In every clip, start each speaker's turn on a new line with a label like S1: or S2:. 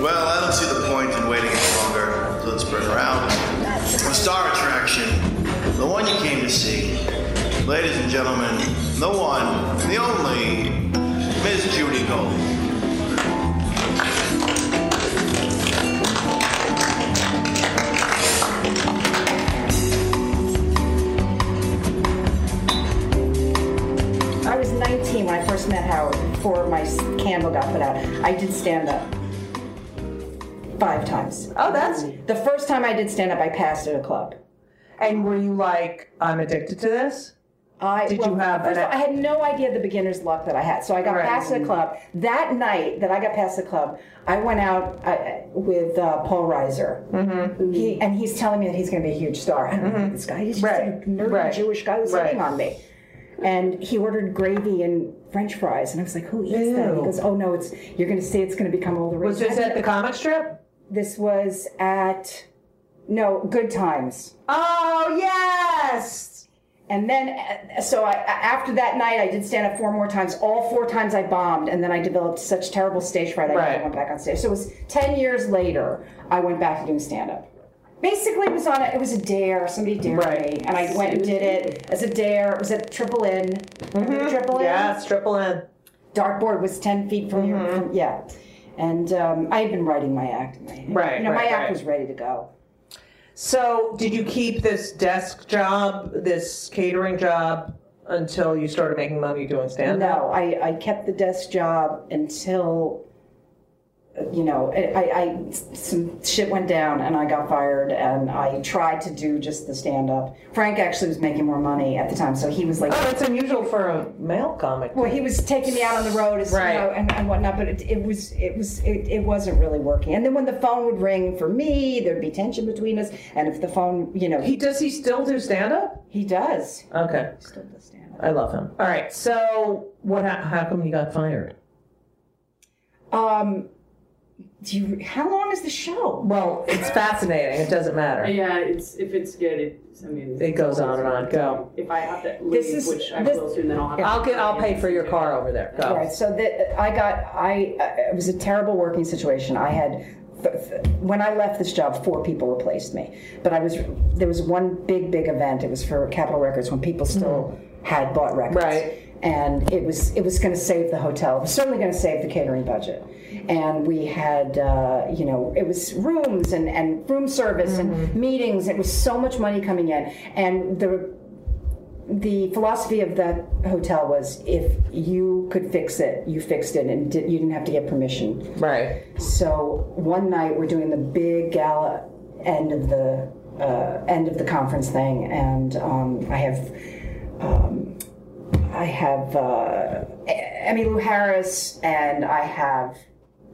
S1: Well, I don't see the point in waiting any longer, so let's bring her out. The star attraction, the one you came to see. Ladies and gentlemen, the one, the only, Miss Judy Gold.
S2: I was 19 when I first met Howard before my s- candle got put out. I did stand up five times.
S3: Oh, that's.
S2: The first time I did stand up, I passed at a club.
S3: And were you like, I'm addicted to this?
S2: I,
S3: Did
S2: well,
S3: you have
S2: First of all,
S3: an-
S2: I had no idea the beginner's luck that I had, so I got
S3: Right.
S2: past the club. That night that I got past the club, I went out I, with uh, Paul Reiser,
S3: Mm-hmm.
S2: he, and he's telling me that he's going to be a huge star. I don't know this guy. He's just
S3: Right.
S2: a nerdy
S3: Right.
S2: Jewish guy who's
S3: Right.
S2: hitting on me. And he ordered gravy and French fries, and I was like, "Who eats that?" He
S3: Ew.
S2: goes, "Oh no, it's you're going to see. It's going to become all the rage."
S3: Was this at the comic strip?
S2: This was at no Good Times.
S3: Oh, yes!
S2: And then, uh, so I, a- after that night, I did stand up four more times. All four times I bombed, and then I developed such terrible stage fright. I never
S3: Right.
S2: went back on stage. So it was ten years later. I went back to doing stand up. Basically, it was on. A, it was a dare. Somebody dared
S3: Right.
S2: me, and I went and did it as a dare. It was at Triple In. Remember Triple In.
S3: Mm-hmm. Yes, Mm-hmm. triple N.
S2: Dartboard was ten feet from your From, yeah. And um, I had been writing my act. and I-
S3: Right,
S2: You know, my
S3: right,
S2: act
S3: right.
S2: was ready to go.
S3: So, did you keep this desk job, this catering job, until you started making money doing stand up?
S2: No, I, I kept the desk job until, uh, you know, I, I, I- some shit went down and I got fired and I tried to do just the stand up. Frank actually was making more money at the time, so he was like,
S3: Oh, that's unusual for a male comic.
S2: well, he was taking me out on the road, as,
S3: Right.
S2: you know, and, and whatnot. But it, it was, it was, it, it wasn't really working. And then when the phone would ring for me, there'd be tension between us. And if the phone, you know,
S3: He
S2: he,
S3: does he still do stand up?
S2: he does.
S3: Okay,
S2: Still does stand up.
S3: I love him. All right, so what? How, how come you got fired?
S2: Um, do you? How long is the show?
S3: Well, it's fascinating. It doesn't matter.
S4: Yeah, it's if it's good, it's. I mean,
S3: It goes on and on. Go.
S4: If I have to leave,
S2: This is-
S4: which I
S2: this-
S4: will soon, then I'll have. to-
S3: I'll get. I'll pay for your car over there. Go.
S2: All right, so that I got, I uh, it was a terrible working situation. I had, th- th- when I left this job, four people replaced me. But I was there was one big big event. It was for Capitol Records when people still had bought records.
S3: Right.
S2: And it was it was going to save the hotel. It was certainly going to save the catering budget. And we had uh, you know it was rooms and and room service and meetings. It was so much money coming in, and the the philosophy of that hotel was if you could fix it, you fixed it, and di- you didn't have to get permission.
S3: Right.
S2: So one night we're doing the big gala end of the uh, end of the conference thing, and um, I have um, I have uh, E- Emmy Lou Harris, and I have.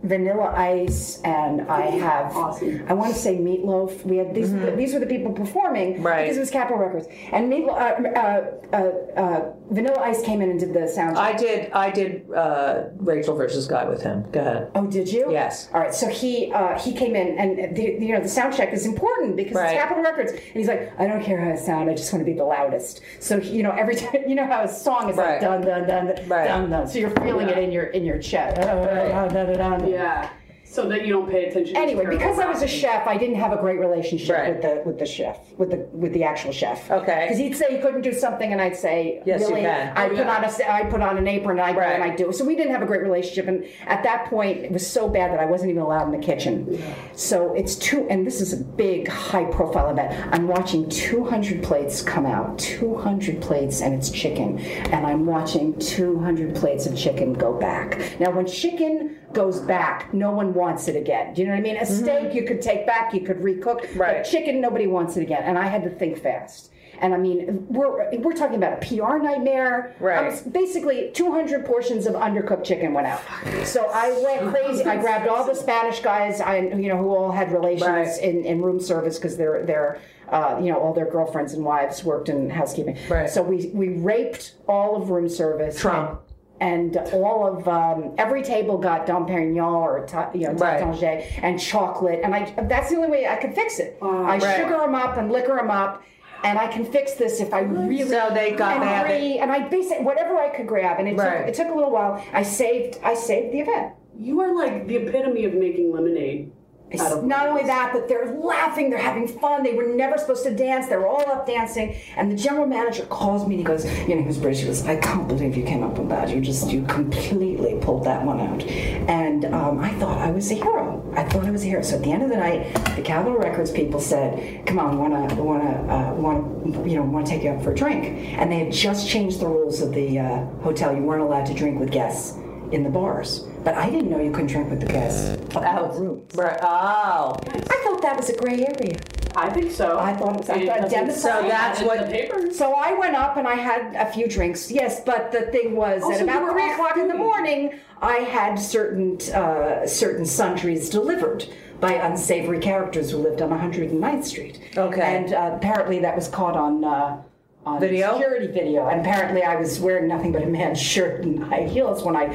S2: Vanilla Ice, and I have I want to say Meatloaf. We had these these were the people performing
S3: Right.
S2: because it was Capitol Records, and Meatloaf, uh, uh, uh, uh, Vanilla Ice came in and did the sound. check.
S3: I did. I did uh, Rachel versus Guy with him. Go ahead.
S2: Oh, did you?
S3: Yes.
S2: All right. So he uh, he came in, and the, you know the sound check is important because
S3: Right.
S2: it's Capitol Records, and he's like, I don't care how I sound, I just want to be the loudest. So he- you know every time you know how a song is
S3: Right.
S2: like dun dun dun dun,
S3: Right.
S2: dun dun, so you're feeling it in your in your chest. Dun, dun, dun, dun, dun.
S4: Yeah, so that you don't pay attention. to
S2: Anyway,
S4: terrible
S2: because I was a
S4: rapping.
S2: chef, I didn't have a great relationship
S3: Right.
S2: with the with the chef, with the with the actual chef.
S3: Okay.
S2: Because he'd say he couldn't do something, and I'd say,
S3: Yes, you
S2: really?
S3: can.
S2: I
S3: Oh,
S2: put
S4: yeah.
S2: on a s- I put on an apron, and I go
S3: Right.
S2: and I do. So we didn't have a great relationship, and at that point, it was so bad that I wasn't even allowed in the kitchen. So it's two, and this is a big, high profile event. I'm watching 200 plates come out, 200 plates, and it's chicken, and I'm watching 200 plates of chicken go back. Now, when chicken goes back, no one wants it again. Do you know what I mean? A steak you could take back, you could recook,
S3: Mm-hmm. Right.
S2: but chicken, nobody wants it again. And I had to think fast. And I mean, we're we're talking about a PR nightmare.
S3: Right.
S2: Um, s- basically, 200 portions of undercooked chicken went out. So I went crazy. I grabbed all the Spanish guys, I you know, who all had relations
S3: Right.
S2: in, in room service because they're they're. Uh, you know, all their girlfriends and wives worked in housekeeping.
S3: Right.
S2: So we we raped all of room service.
S3: Trump.
S2: And all of um, every table got Dom Perignon or ta- you know
S3: Right.
S2: Tatange and chocolate, and I that's the only way I could fix it. I
S3: Right.
S2: sugar them up and liquor them up, and I can fix this if I really.
S3: So they got
S2: and
S3: they had it.
S2: re- and I basically whatever I could grab, and it
S3: Right.
S2: took, it took a little while. I saved I saved the event.
S4: You are like the epitome of making lemonade. out of
S2: Not only that, but they're laughing, they're having fun. They were never supposed to dance. They were all up dancing. And the general manager calls me and he goes, you know, he was British. He goes, I can't believe you came up with that. You just, you completely pulled that one out. And um, I thought I was a hero. I thought I was a hero. So at the end of the night, the Capitol Records people said, come on, we wanna, we wanna, uh, wanna, you know, wanna take you out for a drink. And they had just changed the rules of the uh, hotel. You weren't allowed to drink with guests in the bars. But I didn't know you couldn't drink with the guests out rooms.
S3: Right. Oh.
S2: I thought that was a gray area.
S4: I think so.
S2: I thought it was- I
S4: And
S2: thought
S4: doesn't
S2: Dennis- So
S4: say that
S3: that's
S4: in
S3: what-
S4: the paper.
S2: So I went up and I had a few drinks, yes, but the thing was
S4: Oh,
S2: at
S4: so you
S2: about
S4: were
S2: three
S4: off
S2: o'clock in the
S4: duty.
S2: morning, I had certain uh, certain sundries delivered by unsavory characters who lived on 109th Street.
S3: Okay.
S2: and uh, apparently that was caught on. Uh, on
S3: Video?
S2: security video, and apparently I was wearing nothing but a man's shirt and high heels when I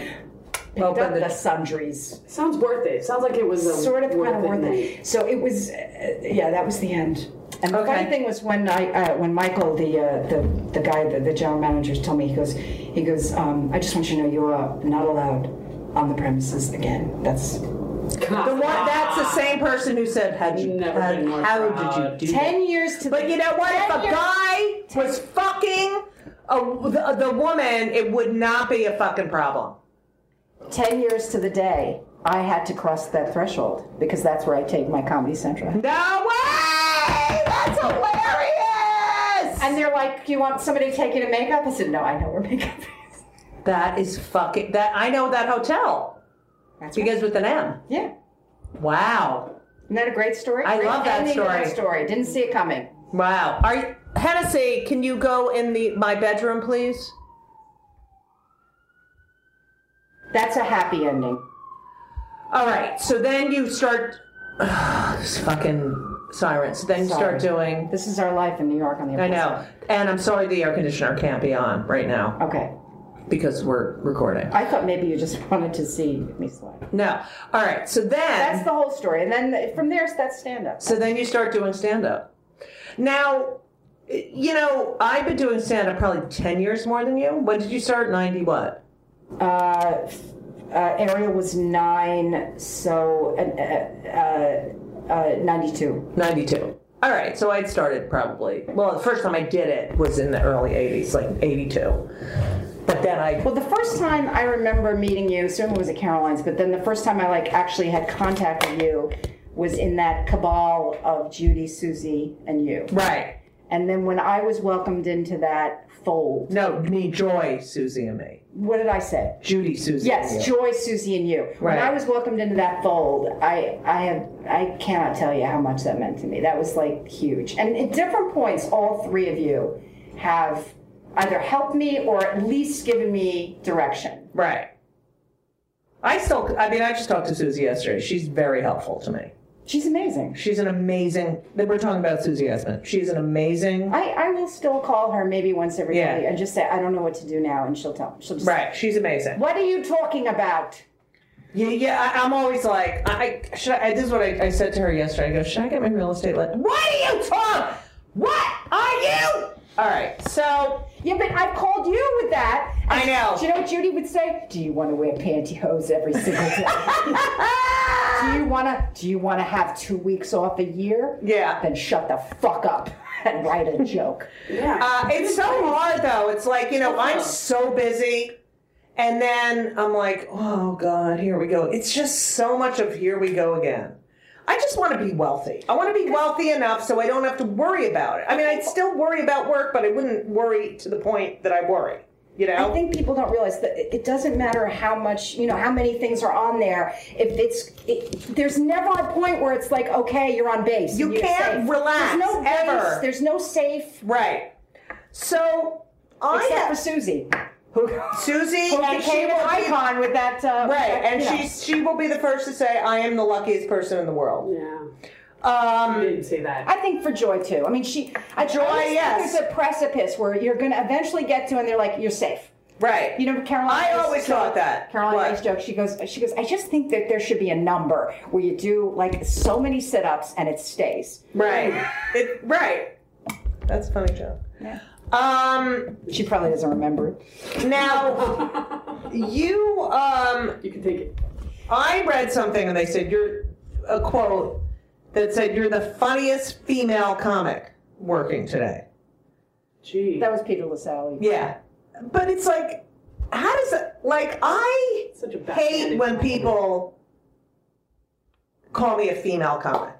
S2: picked
S3: Opened
S2: up
S3: the-
S2: the sundries.
S4: Sounds worth it. Sounds like it was a
S2: sort of kind of worth
S4: night.
S2: it. So it was, uh, yeah, that was the end. And the
S3: Okay.
S2: funny thing was when I, uh, when Michael, the, uh, the the guy, the, the general manager, told me, he goes, he goes, um, I just want you to know you are not allowed on the premises again. That's
S3: The one, that's the same person who said, "How'd you?
S4: Never
S3: how-
S4: been more
S3: how
S4: proud.
S3: did you do that?"
S2: ten years to.
S3: But you know what? If a
S2: Ten years-
S3: guy was fucking a, the, the woman, it would not be a fucking problem.
S2: ten years to the day, I had to cross that threshold because that's where I take my Comedy Central.
S3: No way! That's hilarious!
S2: And they're like, "Do you want somebody to take you to makeup?" I said, "No, I know where makeup is."
S3: that is fucking that. I know that hotel.
S2: That's right.
S3: Begins with an M.
S2: yeah.
S3: Wow.
S2: Isn't that a great story?
S3: I
S2: Great
S3: love that
S2: ending to
S3: story.
S2: story. Didn't see it coming.
S3: Wow. Are you, Hennessy? Can you go in the my bedroom, please?
S2: That's a happy ending.
S3: All right. So then you start. this fucking sirens. Then you start doing.
S2: This is our life in New York on the.
S3: I know. And I'm sorry the air conditioner can't be on right now
S2: Okay,
S3: because we're recording.
S2: I thought maybe you just wanted to see me slide.
S3: No. All right. So then
S2: That's the whole story, and then the- from there, that's stand up.
S3: so then you start doing stand up. Now, you know, I've been doing stand up probably 10 years more than you. When did you start? 90 what?
S2: Uh, uh, Ariel was nine, so uh, uh, uh, ninety-two.
S3: 92. All right. So I'd started probably. Well, the first time I did it was in the early 80s, like 82. But then I
S2: Well, the first time I remember meeting you, certainly was at Caroline's, but then the first time I like actually had contact with you was in that cabal of Judy, Susie, and you.
S3: Right.
S2: And then when I was welcomed into that fold,
S3: No, me, Joy, Susie, and me.
S2: what did I say?
S3: Judy, Susie.
S2: Yes,
S3: and you.
S2: Joy, Susie, and you. When
S3: Right.
S2: I was welcomed into that fold, I, I have, I cannot tell you how much that meant to me. That was like huge. And at different points, all three of you have either helped me or at least given me direction.
S3: Right. I still, I mean, I just talked to Susie yesterday. She's very helpful to me.
S2: She's amazing.
S3: She's an amazing, we're talking about Susie Esmond. She's an amazing,
S2: I, I will still call her maybe once every day
S3: Yeah.
S2: and just say I don't know what to do now, and she'll tell. She'll just
S3: right, she's amazing.
S2: What are you talking about?
S3: Yeah, yeah. I, I'm always like, I, I should. I, this is what I, I said to her yesterday. I go, should I get my real estate license? What are you talking? What are you? All right. So
S2: Yeah, but I've called you with that.
S3: I know.
S2: Do you know what Judy would say? Do you want to wear pantyhose every single day?
S3: ah!
S2: do you want to? Do you want to have two weeks off a year?
S3: Yeah.
S2: Then shut the fuck up and write a joke.
S4: Yeah.
S3: uh, it's so hard though. It's like you know, I'm so busy, and then I'm like, oh god, here we go. It's just so much of here we go again. I just want to be wealthy. I want to be wealthy enough so I don't have to worry about it. I mean, I'd still worry about work, but I wouldn't worry to the point that I worry. You know.
S2: I think people don't realize that it it doesn't matter how much you know how many things are on there. If it's it, there's never a point where it's like okay, you're on base.
S3: You
S2: and you're
S3: can't
S2: safe.
S3: relax,
S2: There's no base,
S3: ever.
S2: There's no safe.
S3: Right. So I
S2: Except for
S3: have
S2: Susie, who,
S3: Susie.
S2: who
S3: she
S2: became an
S3: will be-
S2: icon with that. Uh, with
S3: Right,
S2: that,
S3: and
S2: you know.
S3: she's she will be the first to say, "I am the luckiest person in the world."
S4: Yeah.
S3: Um,
S4: I didn't say that.
S2: I think for Joy too. I mean, she. I,
S3: Joy,
S2: I always think
S3: yes.
S2: There's a precipice where you're going to eventually get to, and they're like, "You're safe."
S3: right.
S2: You know, Caroline.
S3: I
S2: Ray's
S3: always
S2: joke-
S3: thought that.
S2: Caroline
S3: What?
S2: Ray's joke. She goes. She goes. I just think that there should be a number where you do like so many sit-ups and it stays.
S3: Right. It, right. That's a funny joke.
S2: Yeah.
S3: Um,
S2: She probably doesn't remember.
S3: now, you, um,
S4: You can take it.
S3: I read something and they said you're a quote that said you're the funniest female comic working today.
S4: Gee.
S2: That was Peter LaSalle.
S3: Yeah. But it's like, how does it, like, I
S4: Such a
S3: hate
S4: backhanded
S3: when
S4: compliment.
S3: people call me a female comic.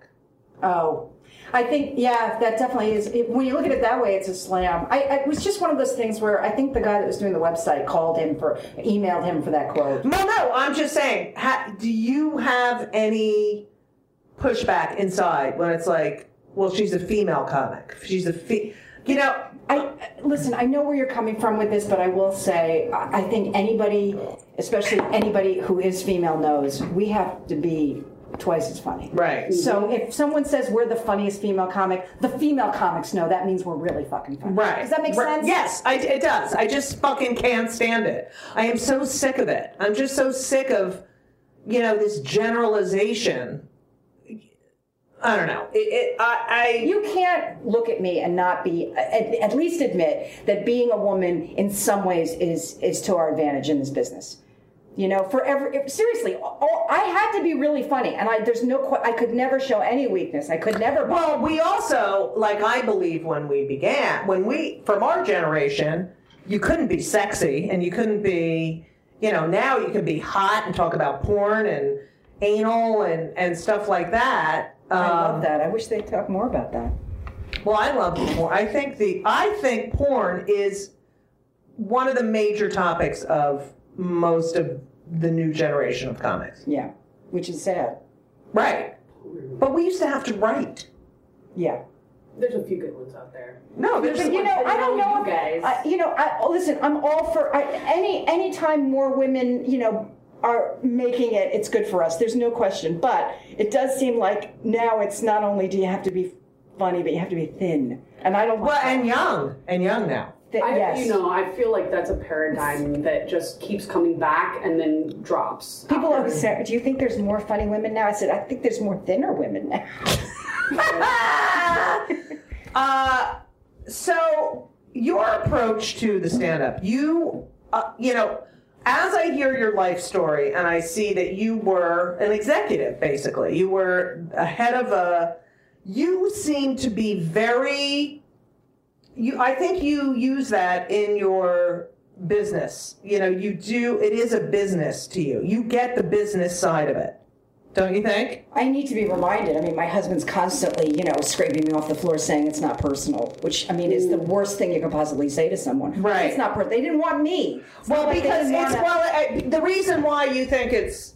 S2: Oh, I think yeah, that definitely is. It, when you look at it that way, it's a slam. I, I it was just one of those things where I think the guy that was doing the website called him for, emailed him for that quote.
S3: No, no, I'm just saying, ha, do you have any pushback inside when it's like, well, she's a female comic? She's a fe. You know,
S2: I listen. I know where you're coming from with this, but I will say I I think anybody, especially anybody who is female, knows we have to be twice as funny.
S3: Right.
S2: So if someone says we're the funniest female comic, the female comics know that means we're really fucking funny.
S3: right.
S2: Does that make
S3: Right.
S2: sense?
S3: Yes, I, it does. I just fucking can't stand it. I am so sick of it. I'm just so sick of, you know, this generalization. I don't know. It, it, I, I,
S2: You can't look at me and not be at, at least admit that being a woman in some ways is is to our advantage in this business. You know, for every if- seriously, all, I had to be really funny, and I there's no que- I could never show any weakness. I could never.
S3: Well, we also, like I believe when we began, when we, from our generation, you couldn't be sexy and you couldn't be, you know, now you can be hot and talk about porn and anal and, and stuff like that.
S2: I love
S3: Um,
S2: that. I wish they'd talk more about that.
S3: well, I love porn. I think the, I think porn is one of the major topics of most of the new generation of comics.
S2: Yeah, which is sad.
S3: Right. But we used to have to write.
S2: Yeah.
S4: There's a few good ones out there.
S3: No, there's,
S2: But you know, I don't know if
S4: You guys.
S2: I, you know, I, oh, listen, I'm all for I, any any time more women, you know, are making it, it's good for us. There's no question. But it does seem like now it's not only do you have to be funny, but you have to be thin. And I don't.
S3: well,
S2: want
S3: and young, and young now.
S2: that,
S4: I,
S2: yes.
S4: You know, I feel like that's a paradigm that just keeps coming back and then drops.
S2: People
S4: after.
S2: always say, "Do you think there's more funny women now?" I said, "I think there's more thinner women now."
S3: Uh, so your approach to the stand up, you, uh, you know, as I hear your life story and I see that you were an executive, basically, you were a head of a, you seem to be very, you, I think you use that in your business. You know, you do, it is a business to you. You get the business side of it. Don't you think?
S2: I need to be reminded. I mean, my husband's constantly, you know, scraping me off the floor saying it's not personal, which I mean is the worst thing you could possibly say to someone.
S3: Right.
S2: It's not personal. They didn't want me. It's not
S3: Well,
S2: like they
S3: because
S2: didn't
S3: it's
S2: wanna-
S3: well, I, the reason why you think it's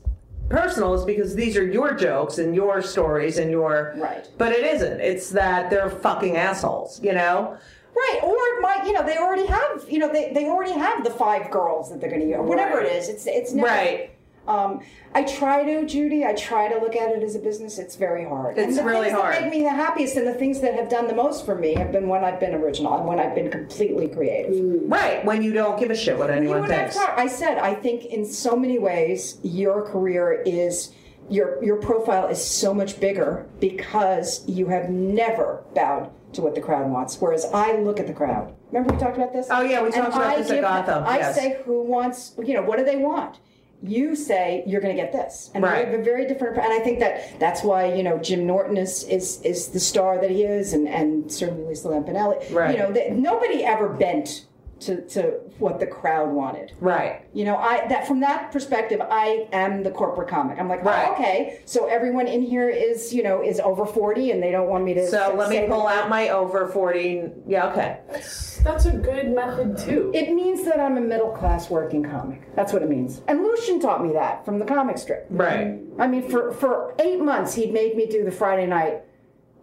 S3: personal is because these are your jokes and your stories and your
S2: Right.
S3: But it isn't. It's that they're fucking assholes, you know.
S2: Right, or it might you know they already have you know they, they already have the five girls that they're going to use, whatever
S4: Right.
S2: it is. It's it's never,
S3: Right.
S2: Um, I try to, Judy. I try to look at it as a business. It's very hard. and
S3: It's
S2: the
S3: really
S2: things
S3: hard.
S2: That make me the happiest, and the things that have done the most for me have been when I've been original and when I've been completely creative.
S3: Right. When you don't give a shit what
S2: You know
S3: anyone
S2: what I've
S3: thinks.
S2: taught- I said I think in so many ways your career is your your profile is so much bigger because you have never bowed to what the crowd wants. Whereas I look at the crowd. Remember we talked about this?
S3: Oh, yeah, we
S2: And
S3: talked about
S2: I
S3: this at
S2: give them-
S3: Gotham,
S2: I
S3: yes.
S2: say who wants you know what do they want. You say you're going to get this, and
S3: Right.
S2: we have a very different. And I think that that's why you know Jim Norton is is, is the star that he is, and and certainly Lisa Lampanelli.
S3: Right.
S2: You know that nobody ever bent to to what the crowd wanted.
S3: Right.
S2: You know, I that from that perspective, I am the corporate comic. I'm like, oh,
S3: Right.
S2: okay, so everyone in here is you know is over forty, and they don't want me to.
S3: So let
S2: say
S3: me
S2: that-
S3: pull out my over forty. Yeah. Okay.
S4: That's, that's a good method too.
S2: It means that I'm a middle class working comic. That's what it means. And Lucian taught me that from the comic strip.
S3: Right.
S2: I mean, for for eight months, he'd made me do the Friday night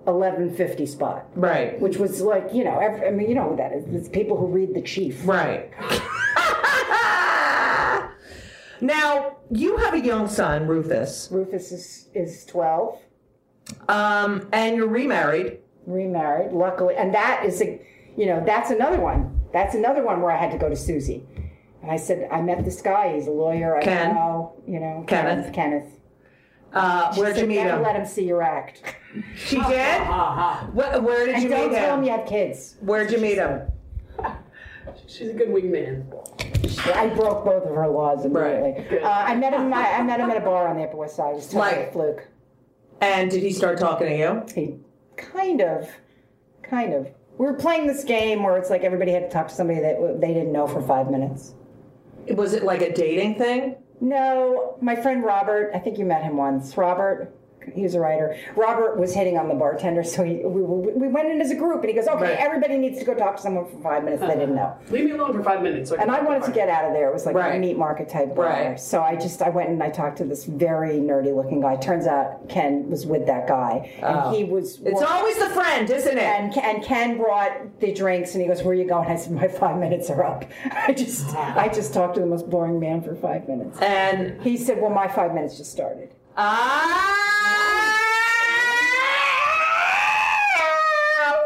S2: eleven fifty spot,
S3: Right.
S2: which was like you know, every, I mean, you know who that is. It's people who read the Chief.
S3: Right. now, you have a young son, Rufus,
S2: Rufus is is twelve,
S3: um, and you're remarried.
S2: remarried, luckily, and that is a, you know, that's another one. That's another one where I had to go to Susie, and I said, I met this guy. He's a lawyer. I
S3: Ken.
S2: know, you know,
S3: Kenneth.
S2: Kenneth.
S3: Uh, where'd you
S2: Said,
S3: meet
S2: Never
S3: him?
S2: let him see your act.
S3: She did? Where, where did
S2: And
S3: you
S2: don't
S3: meet
S2: tell him
S3: him?
S2: you have kids.
S3: Where'd you meet him?
S4: She's a good wingman.
S2: I broke both of her laws immediately.
S4: Good.
S2: Uh, I met him. I, I met him at a bar on the Upper West Side. It was totally
S3: Like-
S2: a fluke.
S3: And did he start talking to you?
S2: He kind of, kind of. We were playing this game where it's like everybody had to talk to somebody that w- they didn't know for five minutes.
S3: Was it like a dating thing?
S2: No, my friend Robert. I think you met him once. Robert. He was a writer. Robert was hitting on the bartender, so he, we, we we went in as a group, and he goes, "Okay,
S3: Right. Uh-huh.
S2: everybody needs to go talk to someone for five minutes they didn't know."
S4: Leave me alone for five minutes. So
S2: And I wanted to get out of there. It was like
S3: Right.
S2: a meat market type bar.
S3: Right.
S2: So I just I went and I talked to this very nerdy looking guy. Turns out Ken was with that guy, and he was.
S3: Oh. It's
S2: wor-
S3: always the friend, isn't it?
S2: and, and Ken brought the drinks, and he goes, "Where are you going?" I said, "My five minutes are up." I just I just talked to the most boring man for five minutes.
S3: And
S2: He said, "Well, my five minutes just started."
S3: ah,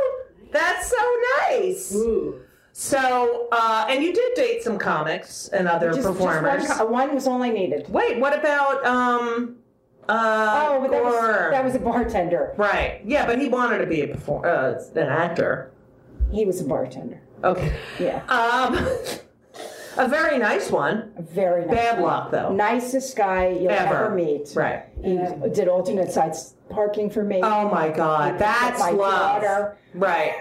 S3: that's so nice.
S4: Ooh.
S3: So, uh, and you did date some comics and other
S2: Just, just
S3: performers.
S2: one, co- one was all I needed.
S3: Wait, what about um? Uh,
S2: Oh, but that was,
S3: Gore?
S2: that was a bartender.
S3: right. Yeah, but he wanted to be a perform- uh, an actor.
S2: He was a bartender.
S3: Okay.
S2: Yeah,
S3: Um, a very nice one.
S2: very nice.
S3: Bad luck though.
S2: Nicest guy you'll
S3: Ever.
S2: ever, meet.
S3: Right.
S2: He did alternate sides parking for me.
S3: Oh my God, that's
S2: my
S3: love.
S2: daughter.
S3: Right.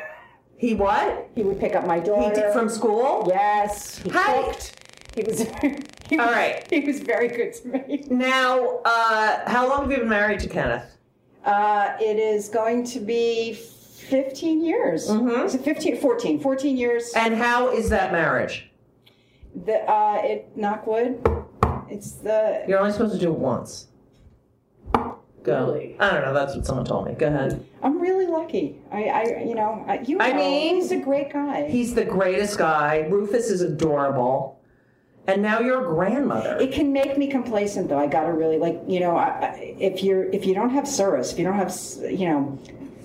S3: He what?
S2: He would pick up my
S3: He
S2: daughter.
S3: did from school.
S2: Yes. He
S3: Hi.
S2: cooked. He was. he
S3: All
S2: was-
S3: right.
S2: He was very good to me.
S3: Now, uh, how long have you been married to Kenneth?
S2: Uh, it is going to be 15 years.
S3: Mm-hmm.
S2: Is it 15, 14, 14 years.
S3: And how is that marriage?
S2: The, uh, it knock wood. It's the
S3: You're only supposed to do it once. Go.
S4: Really?
S3: I don't know. That's what someone told me. Go ahead.
S2: I'm really lucky. I, I you know, I, you
S3: I
S2: know,
S3: mean-
S2: he's a great guy.
S3: He's the greatest guy. Rufus is adorable. And now you're a grandmother.
S2: it can make me complacent though i gotta really like you know I, I- if you're if you don't have service if you don't have s- you know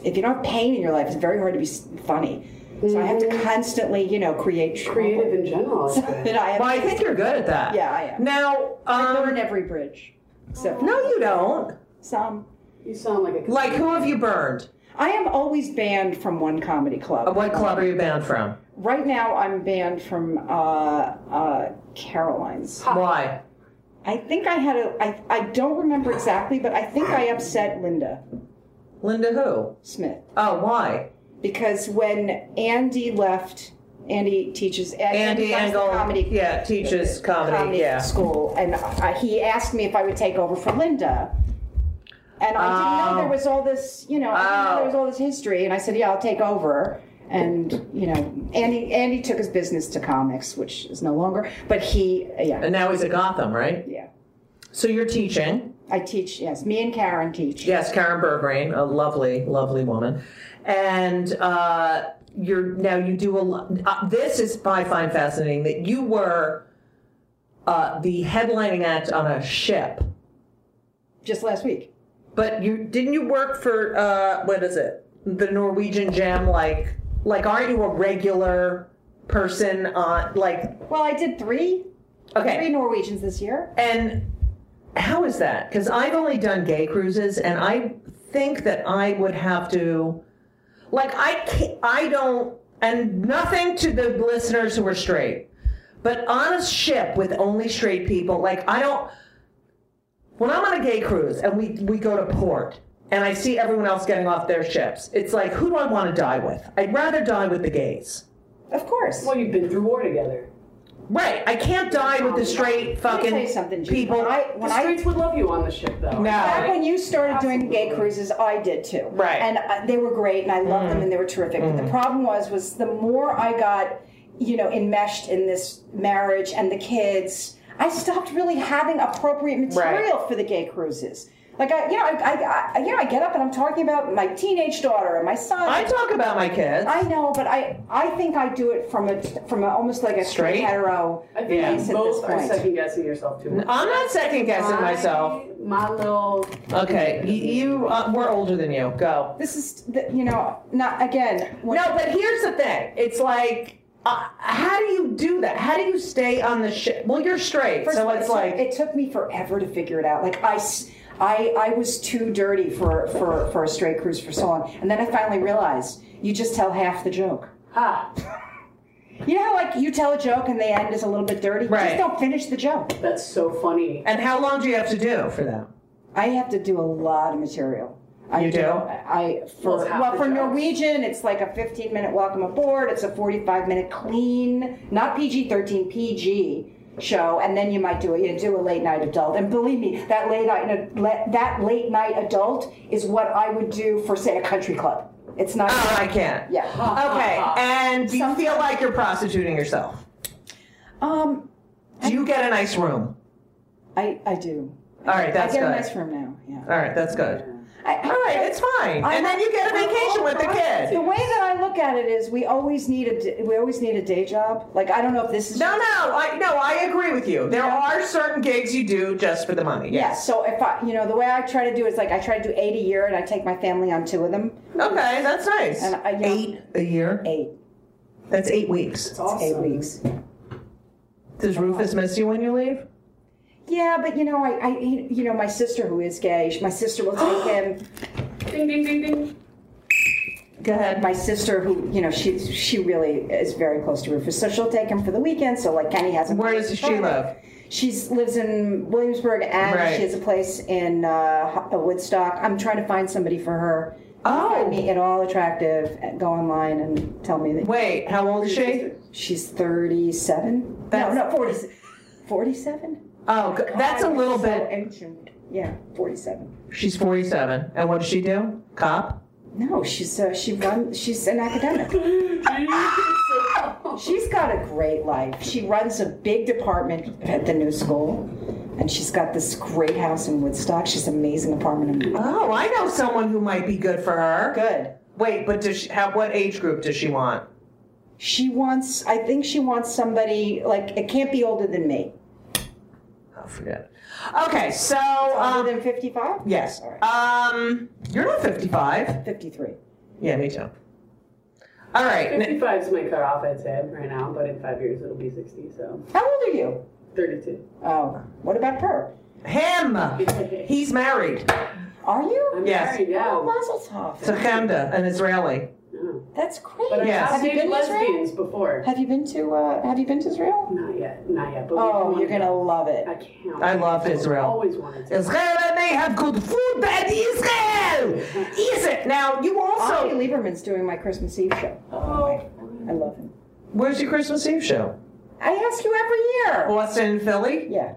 S2: if you don't have pain in your life it's very hard to be s- funny so i have
S3: Mm-hmm.
S2: to constantly you know create
S4: creative in general. I think.
S2: that i have
S3: well, I think you're good at that.
S2: Yeah, I am.
S3: Now,
S2: I burn
S3: um,
S2: every bridge except
S3: no, you don't.
S2: some
S4: You sound like a
S3: Like, who have you burned? Uh,
S2: i am always banned from one comedy club
S3: What club are you banned from?
S2: right now i'm banned from uh uh caroline's
S3: Why?
S2: i think i had a i, I don't remember exactly but i think i upset linda
S3: Linda who?
S2: smith
S3: Oh, why?
S2: because when Andy left, Andy teaches
S3: Andy
S2: runs the
S3: Engel,
S2: comedy
S3: yeah, teaches comedy, yeah.
S2: school, and uh, he asked me if I would take over for Linda. And I didn't know
S3: Oh.
S2: there was all this, you know, I didn't know
S3: Oh.
S2: there was all this history, and I said, "Yeah, I'll take over." And you know, Andy Andy took his business to comics, which is no longer, but he, yeah,
S3: And now he's at Gotham, right?
S2: yeah.
S3: So you're teaching.
S2: I teach. Yes, me and Karen teach.
S3: Yes, Karen Bergrain, a lovely, lovely woman, and uh, you're now you do a. lo- Uh, this is I find fascinating that you were uh, the headlining act on a ship,
S2: Just last week.
S3: but you didn't you work for uh, what is it? The Norwegian Gem, like like aren't you a regular person on like
S2: Well, I did three, three
S3: okay
S2: Norwegians this year.
S3: and how is that? Because I've only done gay cruises, and I think that I would have to, like, I can't, I don't, and nothing to the listeners who are straight, but on a ship with only straight people, like, I don't. When I'm on a gay cruise and we we go to port and I see everyone else getting off their ships, it's like, who do I want to die with? I'd rather die with the gays.
S2: Of course.
S4: well, you've been through war together.
S3: Right, I can't die with the straight
S2: Let me
S3: fucking
S2: tell you something, Gina.
S3: people.
S2: I,
S4: The
S2: when I
S4: streets would love you on the ship, though.
S3: No.
S2: back when you started doing gay cruises, I did too.
S3: Right.
S2: and uh, they were great, and I loved them, and they were terrific. But the problem was, was the more I got, you know, enmeshed in this marriage and the kids, I stopped really having appropriate material for the gay cruises. Like I, you know, I, I, I, you know, I get up and I'm talking about my teenage daughter and my son.
S3: I talk about my kids.
S2: I know, but I, I think I do it from a, from a, almost like a straight,
S3: Straight?
S2: hetero
S4: I think
S3: Yeah.
S4: you
S2: place at
S4: both are
S2: this point.
S4: second guessing yourself too much.
S3: I'm not second guessing myself.
S4: I- My little.
S3: Okay, y- you uh, we're older than you. Go.
S2: This is, the, you know, not again. when-
S3: No, but here's the thing. It's like, uh, how do you do that? How do you stay on the ship? Well, you're straight,
S2: First
S3: so
S2: of all,
S3: it's
S2: it took-
S3: like
S2: it took me forever to figure it out. Like I, s- I- I was too dirty for for for a straight cruise for so long, and then I finally realized you just tell half the joke.
S4: Ah,
S2: You know how like you tell a joke and the end is a little bit dirty.
S3: Right.
S2: Just don't finish the joke.
S4: that's so funny.
S3: And how long do you have to do for them?
S2: I have to do a lot of material. I
S3: You do?
S2: I for
S4: Well, it's
S2: well,
S4: half the
S2: for
S4: job.
S2: Norwegian, it's like a 15 minute welcome aboard. It's a 45 minute clean, not PG 13, PG show, and then you might do a, you know, do a late night adult. And believe me, that late night le- that late night adult is what I would do for say a country club. It's not.
S3: Oh, I can't.
S2: Yeah.
S3: Okay. And do you feel
S2: Sometimes-
S3: like you're prostituting yourself?
S2: Um,
S3: Do you get a nice room?
S2: I I do.
S3: All right, that's
S2: I get
S3: good.
S2: a nice room now. Yeah.
S3: All right, that's good.
S2: I,
S3: All right, it's fine.
S2: I-
S3: and then you get a
S2: we're
S3: vacation
S2: all
S3: with the
S2: prostitutes. The
S3: kid.
S2: way that I look at it is, we always need a d- we always need a day job. Like I don't know if this is
S3: No, no, I no, I agree with you. There are certain gigs you do just for the money.
S2: Yeah,
S3: Yes.
S2: so if I, you know, the way I try to do it is like I try to do eight a year, and I take my family on two of them.
S3: Okay, that's nice.
S2: And I- Uh, yeah.
S3: Eight a year.
S2: Eight,
S3: That's eight weeks.
S2: It's eight weeks.
S3: Does Rufus miss you when you leave?
S2: Yeah, but you know, I, I, he- you know, my sister who is gay, sh- my sister will take him.
S4: Ding ding ding ding.
S3: Go ahead.
S2: My sister, who you know, she she really is very close to Rufus, so she'll take him for the weekend. So like Kenny has a
S3: Where does she live?
S2: She lives in Williamsburg, and
S3: Right.
S2: she has a place in uh, Ho- Woodstock. I'm trying to find somebody for her.
S3: Oh.
S2: find me at all attractive. and Go online and tell me that
S3: Wait, how old is she?
S2: She's 37.
S3: That's-
S2: no, no, 40, 47?
S3: Oh, g- that's a little
S2: So
S3: bit.
S2: ancient. Yeah, 47.
S3: She's 47. And what does she do? Cop?
S2: No, she's uh, she run, she's an academic. she's got a great life. She runs a big department at the new school, and she's got this great house in Woodstock. She's an amazing apartment. In-
S3: Oh, I know someone who might be good for her.
S2: Good.
S3: Wait, but does she, how, what age group does she want?
S2: She wants. I think she wants somebody like it can't be older than me.
S3: Oh, forget it. Okay, so
S2: Older
S3: um,
S2: than 55?
S3: yes,
S2: All right.
S3: um, you're not 55.
S2: 53.
S3: Yeah, me too. All right, n-
S4: 55 is my cutoff, I'd say, right now, but in five years it'll be 60, so
S2: How old are you?
S4: 32.
S2: Oh, what about her?
S3: him. He's married
S2: Are you?
S4: I'm
S3: Yes.
S4: married, yeah.
S2: Oh, Mazel tov.
S3: to Chemda, an Israeli.
S4: No.
S2: That's great.
S4: But
S3: Yes.
S4: I have
S2: Have you
S4: dated
S2: been to Israel?
S4: lesbians before.
S2: Have you been to uh, Have you been to Israel?
S4: Not yet, not yet. But we
S2: Oh,
S4: wanna
S2: you're gonna
S4: go.
S2: love it.
S4: I can't.
S3: I love Israel.
S4: Always wanted to.
S3: Israel, and they have good food, but Israel is it now? You
S2: Ari
S3: also.
S2: Lieberman's doing my Christmas Eve show.
S4: Oh,
S2: I love him.
S3: Where's your Christmas Eve show?
S2: I ask you every year.
S3: Boston and Philly.
S2: Yeah.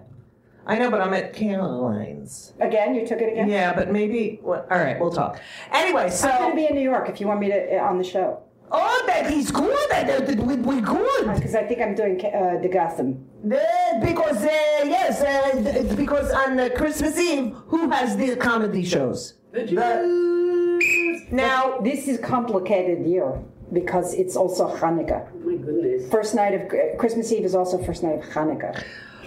S3: I know, but I'm at Caroline's.
S2: Again, you took it again.
S3: Yeah, but maybe. Well, all right, we'll talk. Anyway, so.
S2: I'm gonna be in New York if you want me to uh, on the show
S3: Oh, that is good. That, that we, we good.
S2: because I think I'm doing uh, the Gotham.
S3: Uh, because uh, yes, uh, it's because on uh, Christmas Eve, who has the comedy shows?
S4: the Jews.
S3: Now,
S2: This is complicated year because it's also Hanukkah.
S4: Oh my goodness.
S2: First night of eh, Christmas Eve is also first night of Hanukkah.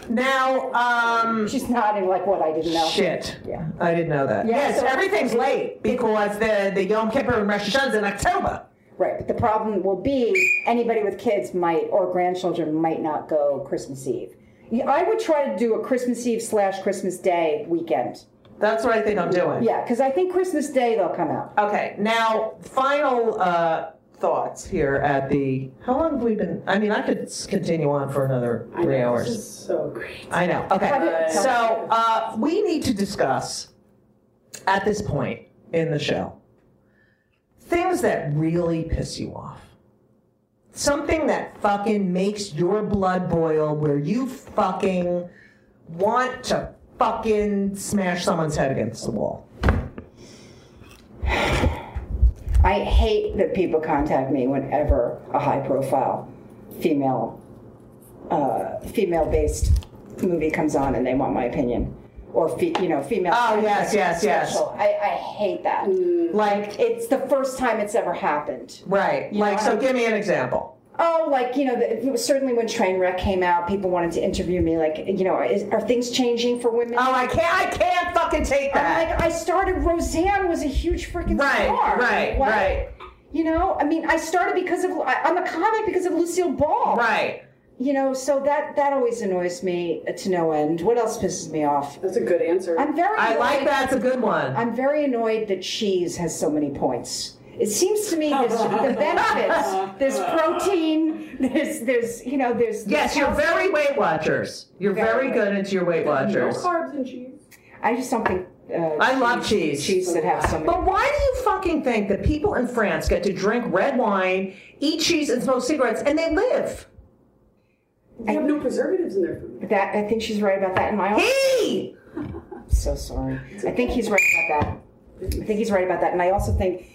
S3: now, um,
S2: She's nodding like what I didn't know.
S3: shit.
S2: Yeah.
S3: I didn't know that.
S2: Yeah,
S3: yes,
S2: so-
S3: everything's late because the the Yom Kippur and Rosh Hashanah's in October.
S2: Right, but the problem will be anybody with kids might or grandchildren might not go Christmas Eve. Yeah, I would try to do a Christmas Eve slash Christmas Day weekend.
S3: That's what I think I'm doing.
S2: Yeah, because I think Christmas Day they'll come out.
S3: Okay. Now, final uh, thoughts here at the. How long have we been? I mean, I could s- continue on for another
S4: I know,
S3: three hours.
S4: This is so great.
S3: I know. Okay.
S2: Have it-
S3: So uh, we need to discuss at this point in the show things that really piss you off. Something that fucking makes your blood boil where you fucking want to fucking smash someone's head against the wall.
S2: I hate that people contact me whenever a high profile female uh, female based movie comes on and they want my opinion. or fe- you know female.
S3: Oh, yes, yes, yes. Mm.
S2: special. I, I hate that.
S3: Like,
S2: It's the first time it's ever happened.
S3: right. Like, so give me an example.
S2: Oh, like you know, the, it was certainly when Trainwreck came out, people wanted to interview me. Like you know, is, are things changing for women?
S3: Oh, I can't. I can't fucking take
S2: I'm
S3: that.
S2: like I started. Roseanne was a huge freaking
S3: Right,
S2: star.
S3: right,
S2: What?
S3: right.
S2: You know, I mean, I started because of I, I'm a comic because of Lucille Ball.
S3: Right.
S2: You know, so that that always annoys me to no end. What else pisses me off?
S4: That's a good answer.
S2: I'm very.
S3: I like
S2: annoyed-
S3: that's a good one.
S2: I'm very annoyed that cheese has so many points. It seems to me there's the benefits. There's protein. There's there's you know there's
S3: Yes, you're very Weight Watchers. You're very
S2: Very.
S3: good at your Weight
S4: no
S3: Watchers.
S4: carbs and cheese.
S2: I just don't think. Uh,
S3: I love cheese.
S2: Cheese that have so many.
S3: But why do you fucking think that people in France get to drink red wine, eat cheese, and smoke cigarettes, and they live?
S4: They have no preservatives in their food.
S2: That I think she's right about that. And my own.
S3: Hey!
S2: so sorry. I think he's right about that. I think he's right about that, and I also think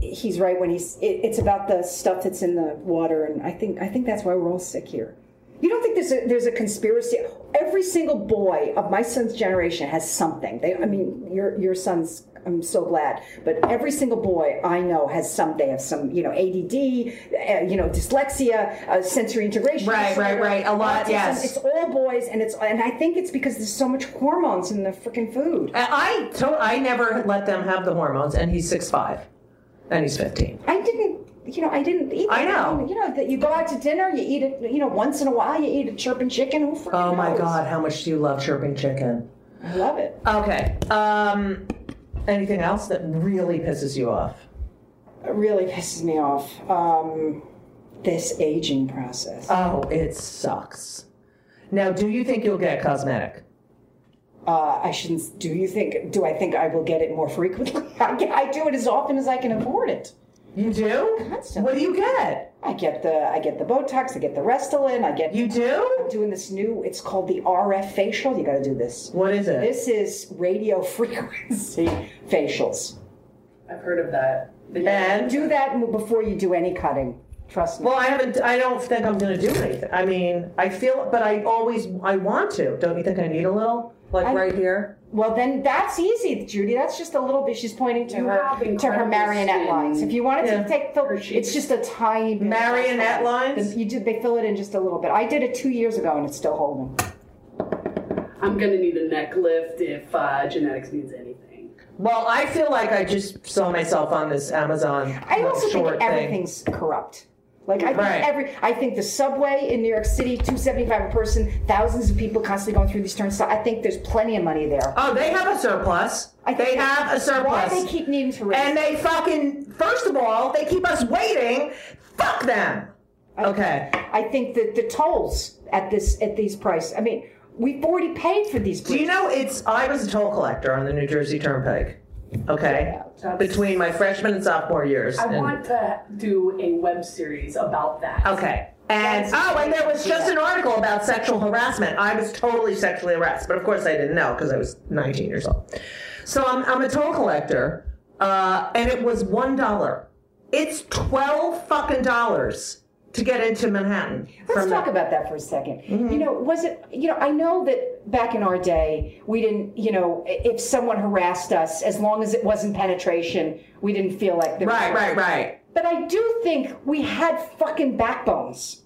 S2: he's right when he's. It, it's about the stuff that's in the water, and I think I think that's why we're all sick here. You don't think there's a there's a conspiracy? Every single boy of my son's generation has something. They, I mean, your your son's. I'm so glad, but every single boy I know has some. They have some, you know, ADD, uh, you know, dyslexia, uh, sensory integration.
S3: Right, right,
S2: disorder,
S3: right. A lot,
S2: autism.
S3: yes.
S2: It's all boys, and it's and I think it's because there's so much hormones in the freaking food.
S3: I to- I never let them have the hormones, and he's six five, and he's fifteen.
S2: I didn't, you know, I didn't eat.
S3: I
S2: that.
S3: know.
S2: you know, that you go out to dinner, you eat it, you know, once in a while, you eat a chirping chicken. Who freaking
S3: Oh my
S2: knows?
S3: god, how much do you love chirping chicken?
S2: I love it.
S3: Okay. Um, anything else that really pisses you off?
S2: It really pisses me off. Um, this aging process.
S3: Oh, it sucks. Now, do you think you'll get cosmetic?
S2: Uh, I shouldn't. Do you think? Do I think I will get it more frequently? I, get- I do it as often as I can afford it.
S3: You do?
S2: Constantly.
S3: What do you get?
S2: I get the I get the Botox. I get the Restylane. I get
S3: You do?
S2: doing this new. It's called the RF facial. You got to do this.
S3: What is it?
S2: This is radio frequency facials.
S4: I've heard of that. Eh.
S3: and
S2: Do that m- before you do any cutting. Trust me.
S3: Well, I haven't. I don't think I'm going to do anything. I mean, I feel, but I always, I want to. Don't you think I need a little, like right here?
S2: Well, then that's easy, Judy. That's just a little bit. She's pointing to her
S4: have
S2: to her
S4: incredible
S2: marionette
S4: skin.
S2: lines. If you wanted
S3: Yeah.
S2: to take the,
S4: Her
S2: it's
S4: cheeks.
S2: just a tiny bit.
S3: Marionette lines?
S2: The- You do. They fill it in just a little bit. I did it two years ago, and it's still holding.
S4: I'm gonna need a neck lift if uh, genetics means anything.
S3: Well, I feel like I just saw myself on this Amazon.
S2: I also
S3: short
S2: think everything's corrupt. Like I think
S3: Right.
S2: every, I think the subway in New York City, two seventy five a person, thousands of people constantly going through these turnstiles. I think there's plenty of money there.
S3: Oh, they have a surplus.
S2: I think
S3: they have a surplus.
S2: Why they keep needing to raise?
S3: and they fucking first of all, they keep us waiting. Fuck them. Okay.
S2: I think that the tolls at this at these prices. I mean, we've already paid for these.
S3: Do you know it's I was a toll collector on the New Jersey Turnpike. Okay.
S4: that's-
S3: Between my freshman and sophomore years.
S4: I
S3: and-
S4: want to do a web series about that.
S3: Okay. And oh, and there was just an article about sexual harassment. I was totally sexually harassed, but of course I didn't know because I was 19 years old. So I'm, I'm a toll collector, uh, and it was one dollar. It's 12 fucking dollars to get into Manhattan.
S2: Let's
S3: from
S2: talk
S3: the- Mm-hmm.
S2: about that for a 2nd You know, was it, you know, I know that back in our day, we didn't, you know, i- if someone harassed us, as long as it wasn't penetration, we didn't feel like there was-
S3: Right, right, right.
S2: But I do think we had fucking backbones.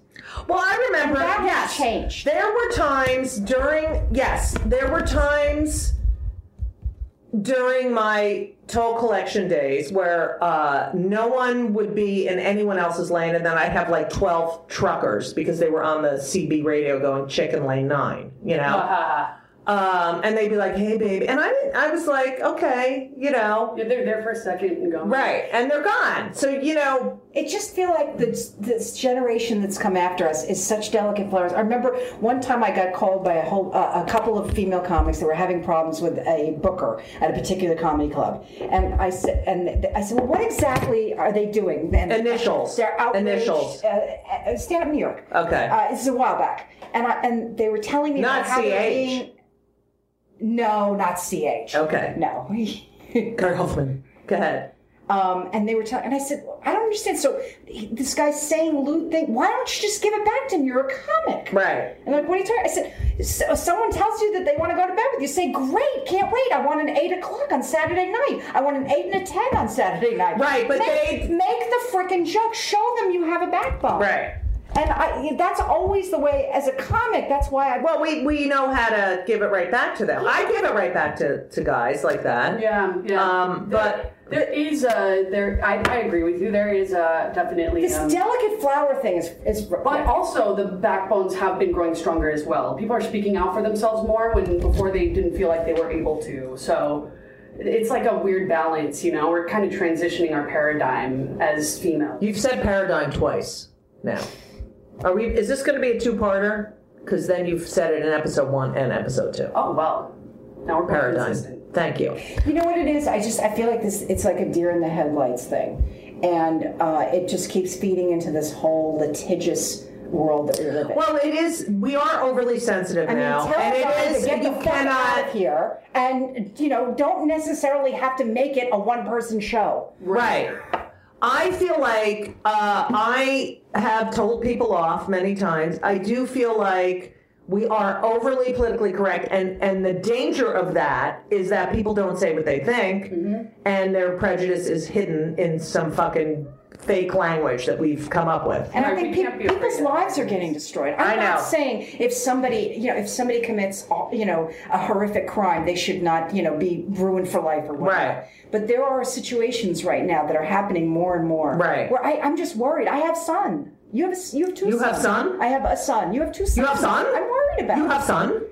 S3: Well, I remember.
S2: That has
S3: yes,
S2: changed.
S3: There were times during. Yes, there were times during my toll collection days where uh, no one would be in anyone else's lane, and then I'd have like twelve truckers because they were on the CB radio going chicken lane nine. You know. Um, and they'd be like, "Hey, babe," and I, didn't- I was like, "Okay, you know,
S4: Yeah, they're there for a second and gone.
S3: right?" And they're gone. So you know,
S2: It just feel like this, this generation that's come after us is such delicate flowers. I remember one time I got called by a whole uh, a couple of female comics that were having problems with a booker at a particular comedy club, and I said, and th- I said, well, what exactly are they doing? And
S3: Initials.
S2: They're outraged.
S3: Initials.
S2: Uh, uh, stand up New York.
S3: Okay.
S2: Uh, this is a while back, and I, and they were telling me
S3: Not
S2: about how they're
S3: CH.
S2: being- No, not CH.
S3: Okay.
S2: No.
S3: Gary Hoffman, go ahead.
S2: Um, and they were talking, and I said, "Well, I don't understand. So he- this guy's saying lewd thing. Why don't you just give it back to him? You're a comic,
S3: Right.
S2: And like, what are you talking? I said, so someone tells you that they want to go to bed with you. Say, great, can't wait. I want an eight o'clock on Saturday night. I want an eight and a ten on Saturday night.
S3: Right, but
S2: make,
S3: they-
S2: make the freaking joke. Show them you have a backbone.
S3: Right.
S2: And I, that's always the way as a comic. That's why I.
S3: Well, we we know how to give it right back to them. I give it right back to, to guys like that.
S4: Yeah, yeah.
S3: Um, but
S4: there is a there. I, I agree with you. There is a definitely.
S2: this
S4: um,
S2: delicate flower thing is is.
S4: But also, the backbones have been growing stronger as well. People are speaking out for themselves more when before they didn't feel like they were able to. So it's like a weird balance, you know. We're kind of transitioning our paradigm as female.
S3: you've said paradigm twice now. Are we? Is this going to be a two parter? Because then you've said it in episode one and episode two.
S4: Oh well, now we're
S3: Paradigm.
S4: consistent.
S3: Thank you.
S2: You know what it is? I just I feel like this. It's like a deer in the headlights thing, and uh, it just keeps feeding into this whole litigious world that we live in.
S3: Well, it is. We are overly sensitive
S2: I mean,
S3: now,
S2: tell
S3: and
S2: the guy
S3: it is.
S2: to get
S3: you
S2: the fuck out of
S3: cannot.
S2: here, and you know, don't necessarily have to make it a one-person show.
S3: Right. I feel like uh, I have told people off many times. I do feel like we are overly politically correct, and and the danger of that is that people don't say what they think, and their prejudice is hidden in some fucking fake language that we've come up with.
S2: And I
S4: Right,
S2: think
S4: we
S2: peop
S4: can't be afraid
S2: people's
S4: of that.
S2: lives are getting destroyed. I'm
S3: I
S2: not
S3: know.
S2: saying if somebody, you know, if somebody commits, all- you know, a horrific crime, they should not, you know, be ruined for life or whatever.
S3: Right.
S2: But there are situations right now that are happening more and more.
S3: Right.
S2: Where I, I'm just worried. I have son. You have a s- you have two.
S3: You
S2: sons.
S3: have son?
S2: I have a son. You have two sons.
S3: you have son.
S2: I'm worried about.
S3: You
S2: it.
S3: have son.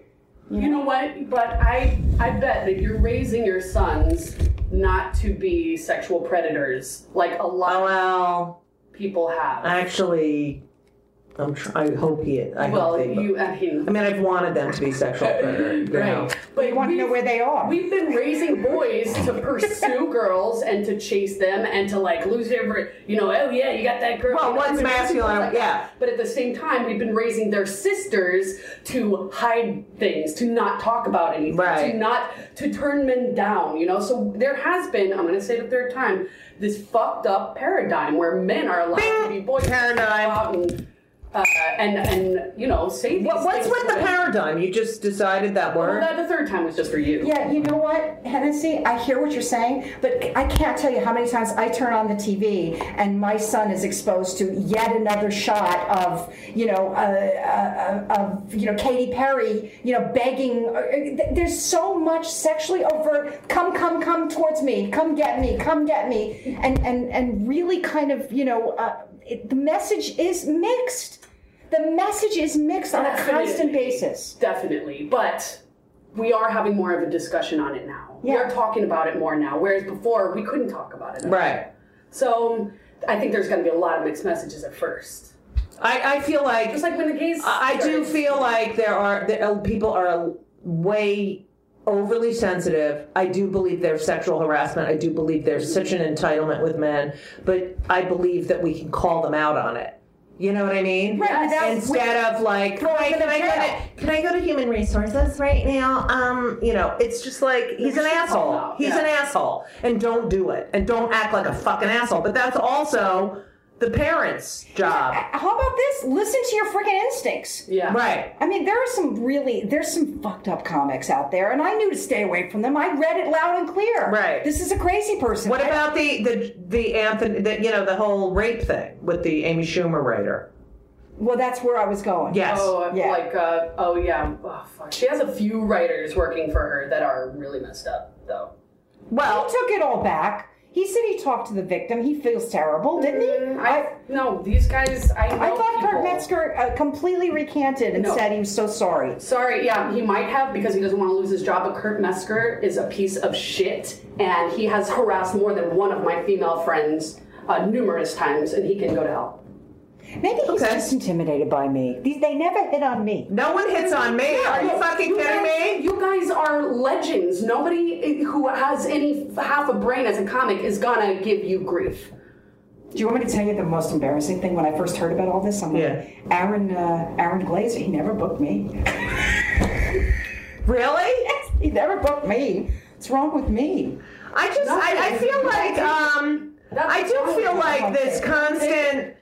S4: You know what? But I I bet that you're raising your sons not to be sexual predators like a lot
S3: Oh well,
S4: of people have.
S3: actually, I'm. Tr- I hope he. I
S4: well,
S3: hope they,
S4: you I mean,
S3: I mean, I've wanted them to be sexual predators. you know.
S4: right? But
S2: You want to know
S4: we've-
S2: where they are.
S4: We've been raising boys to pursue girls and to chase them and to like lose their, you know, oh yeah, you got that girl.
S3: Well, one's masculine,
S4: Like,
S3: yeah.
S4: But at the same time, we've been raising their sisters to hide things, to not talk about anything,
S3: Right.
S4: to not to turn men down, you know. So there has been, I'm gonna say it a third time, this fucked up paradigm where men are allowed to be boys
S3: Paradigm.
S4: Go out and, uh, and and you know say these
S3: What, what's
S4: things
S3: with
S4: to
S3: the
S4: women.
S3: paradigm? You just decided that
S4: Well,
S3: word.
S4: that the third time was just for you.
S2: Yeah, you know what, Hennessy? I hear what you're saying, but I can't tell you how many times I turn on the TV and my son is exposed to yet another shot of, you know, uh, uh, uh, of you know Katy Perry, you know, begging. uh, uh, th- There's so much sexually overt. Come, come, come towards me. Come get me. Come get me. And and and really kind of you know, uh, it, the message is mixed. The message is mixed on a constant
S4: Definitely.
S2: basis.
S4: Definitely, but we are having more of a discussion on it now. We
S2: Yeah.
S4: are talking about it more now, whereas before we couldn't talk about it. at all.
S3: right.
S4: So I think there's going to be a lot of mixed messages at first.
S3: I, I feel like,
S4: Just like when the gays.
S3: I, I do
S4: started.
S3: feel like there are that uh, people are way overly sensitive. I do believe there's sexual harassment. I do believe there's such an entitlement with men, but I believe that we can call them out on it. You know what I mean?
S2: Right, but that's-
S3: Instead of like,
S2: Throw
S3: "Hey,
S2: them
S3: can
S2: in
S3: I go
S2: jail."
S3: to can I go to human resources right now? Um, you know, it's just like he's an
S4: should call them
S3: asshole.
S4: out,
S3: He's
S4: yeah.
S3: an asshole, and don't do it, and don't act like a fucking asshole. But that's also the parents' job,
S2: How about this? Listen to your freaking instincts.
S4: Yeah.
S3: right?
S2: I mean, there are some really there's some fucked up comics out there, and I knew to stay away from them. I read it loud and clear.
S3: Right.
S2: This is a crazy person.
S3: What
S2: I-
S3: about the the the Anthony? The, you know the whole rape thing with the Amy Schumer writer.
S2: well, that's where I was going.
S3: Yes.
S4: Oh, I'm
S2: Yeah.
S4: like, uh, oh yeah. Oh, fuck. She has a few writers working for her that are really messed up, though.
S2: He
S3: well,
S2: took it all back. He said he talked to the victim. He feels terrible, didn't he?
S4: Mm, I no, these guys. I know
S2: I thought
S4: people.
S2: Kurt Metzger uh, completely recanted and
S4: No.
S2: said he was so sorry.
S4: Sorry, yeah, he might have because he doesn't want to lose his job, but Kurt Metzger is a piece of shit, and he has harassed more than one of my female friends uh, numerous times, and he can go to hell.
S2: Maybe he's
S3: Okay.
S2: just intimidated by me. These they never hit on me.
S3: no one hits on me. Are you fucking kidding
S4: guys,
S3: me?
S4: You guys are legends. Nobody eh, who has any half a brain as a comic is gonna give you grief.
S2: Do you want me to tell you the most embarrassing thing when I first heard about all this? I'm like,
S3: Yeah.
S2: Aaron, uh, Aaron Glazer, he never booked me.
S3: Really?
S2: he never booked me. What's wrong with me?
S3: I just, I, I feel like, um, I do feel like this constant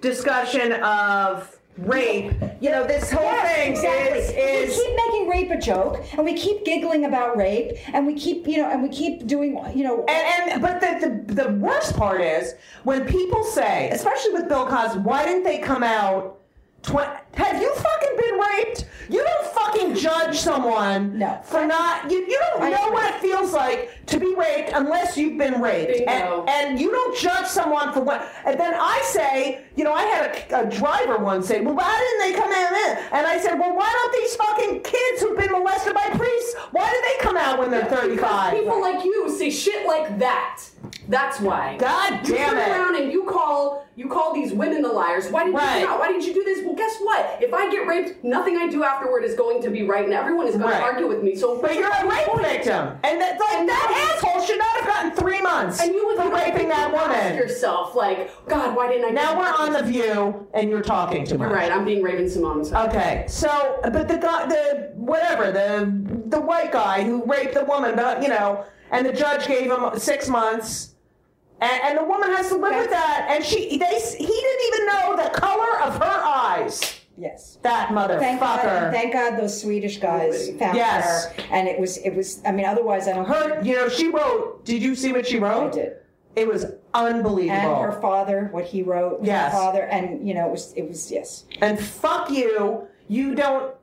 S3: discussion of rape. You know, this whole
S2: Yes,
S3: thing
S2: exactly.
S3: is
S2: we
S3: is
S2: keep making rape a joke, and we keep giggling about rape, and we keep you know, and we keep doing you know.
S3: And, and but the, the the worst part is when people say, especially with Bill Cosby, why didn't they come out? Tw- have you fucking been raped? You don't fucking judge someone
S2: No.
S3: for not. You, you don't
S2: I
S3: know
S2: agree.
S3: what it feels like to be raped unless you've been raped,
S4: Bingo.
S3: and, and you don't judge someone for what. And then I say, you know, I had a, a driver once say, well, why didn't they come out then? And I said, well, why don't these fucking kids who've been molested by priests? Why do they come out when they're thirty-five?
S4: People like you say shit like that. That's why.
S3: God
S4: you
S3: damn
S4: turn
S3: it.
S4: around and you call you call these women the liars. Why didn't
S3: Right.
S4: you not? Why didn't you do this? Well, guess what? If I get raped, nothing I do afterward is going to be right, and everyone is going
S3: Right.
S4: to argue with me. So,
S3: But you're a rape victim, and that like
S4: And
S3: that
S4: you-
S3: asshole should not have gotten three months
S4: and you would
S3: for
S4: look like
S3: raping
S4: you
S3: that
S4: ask
S3: woman.
S4: yourself, like, God, why didn't I?
S3: Now we're on the View, and you're talking to me.
S4: Right, I'm being Raven Simone. so-
S3: Okay, so but the guy, the whatever, the the white guy who raped the woman, but you know, and the judge gave him six months, and, and the woman has to live with that, and she they he didn't even know the color of her eyes.
S2: yes.
S3: That motherfucker.
S2: Thank God, thank God those Swedish guys found
S3: Yes.
S2: her, and it was it was. I mean, otherwise I don't.
S3: her, you know, she wrote. Did you see what she
S2: I
S3: wrote?
S2: did.
S3: It was unbelievable.
S2: And her father, what he wrote, with
S3: Yes.
S2: her father, and you know, it was it was yes.
S3: and fuck you. You don't.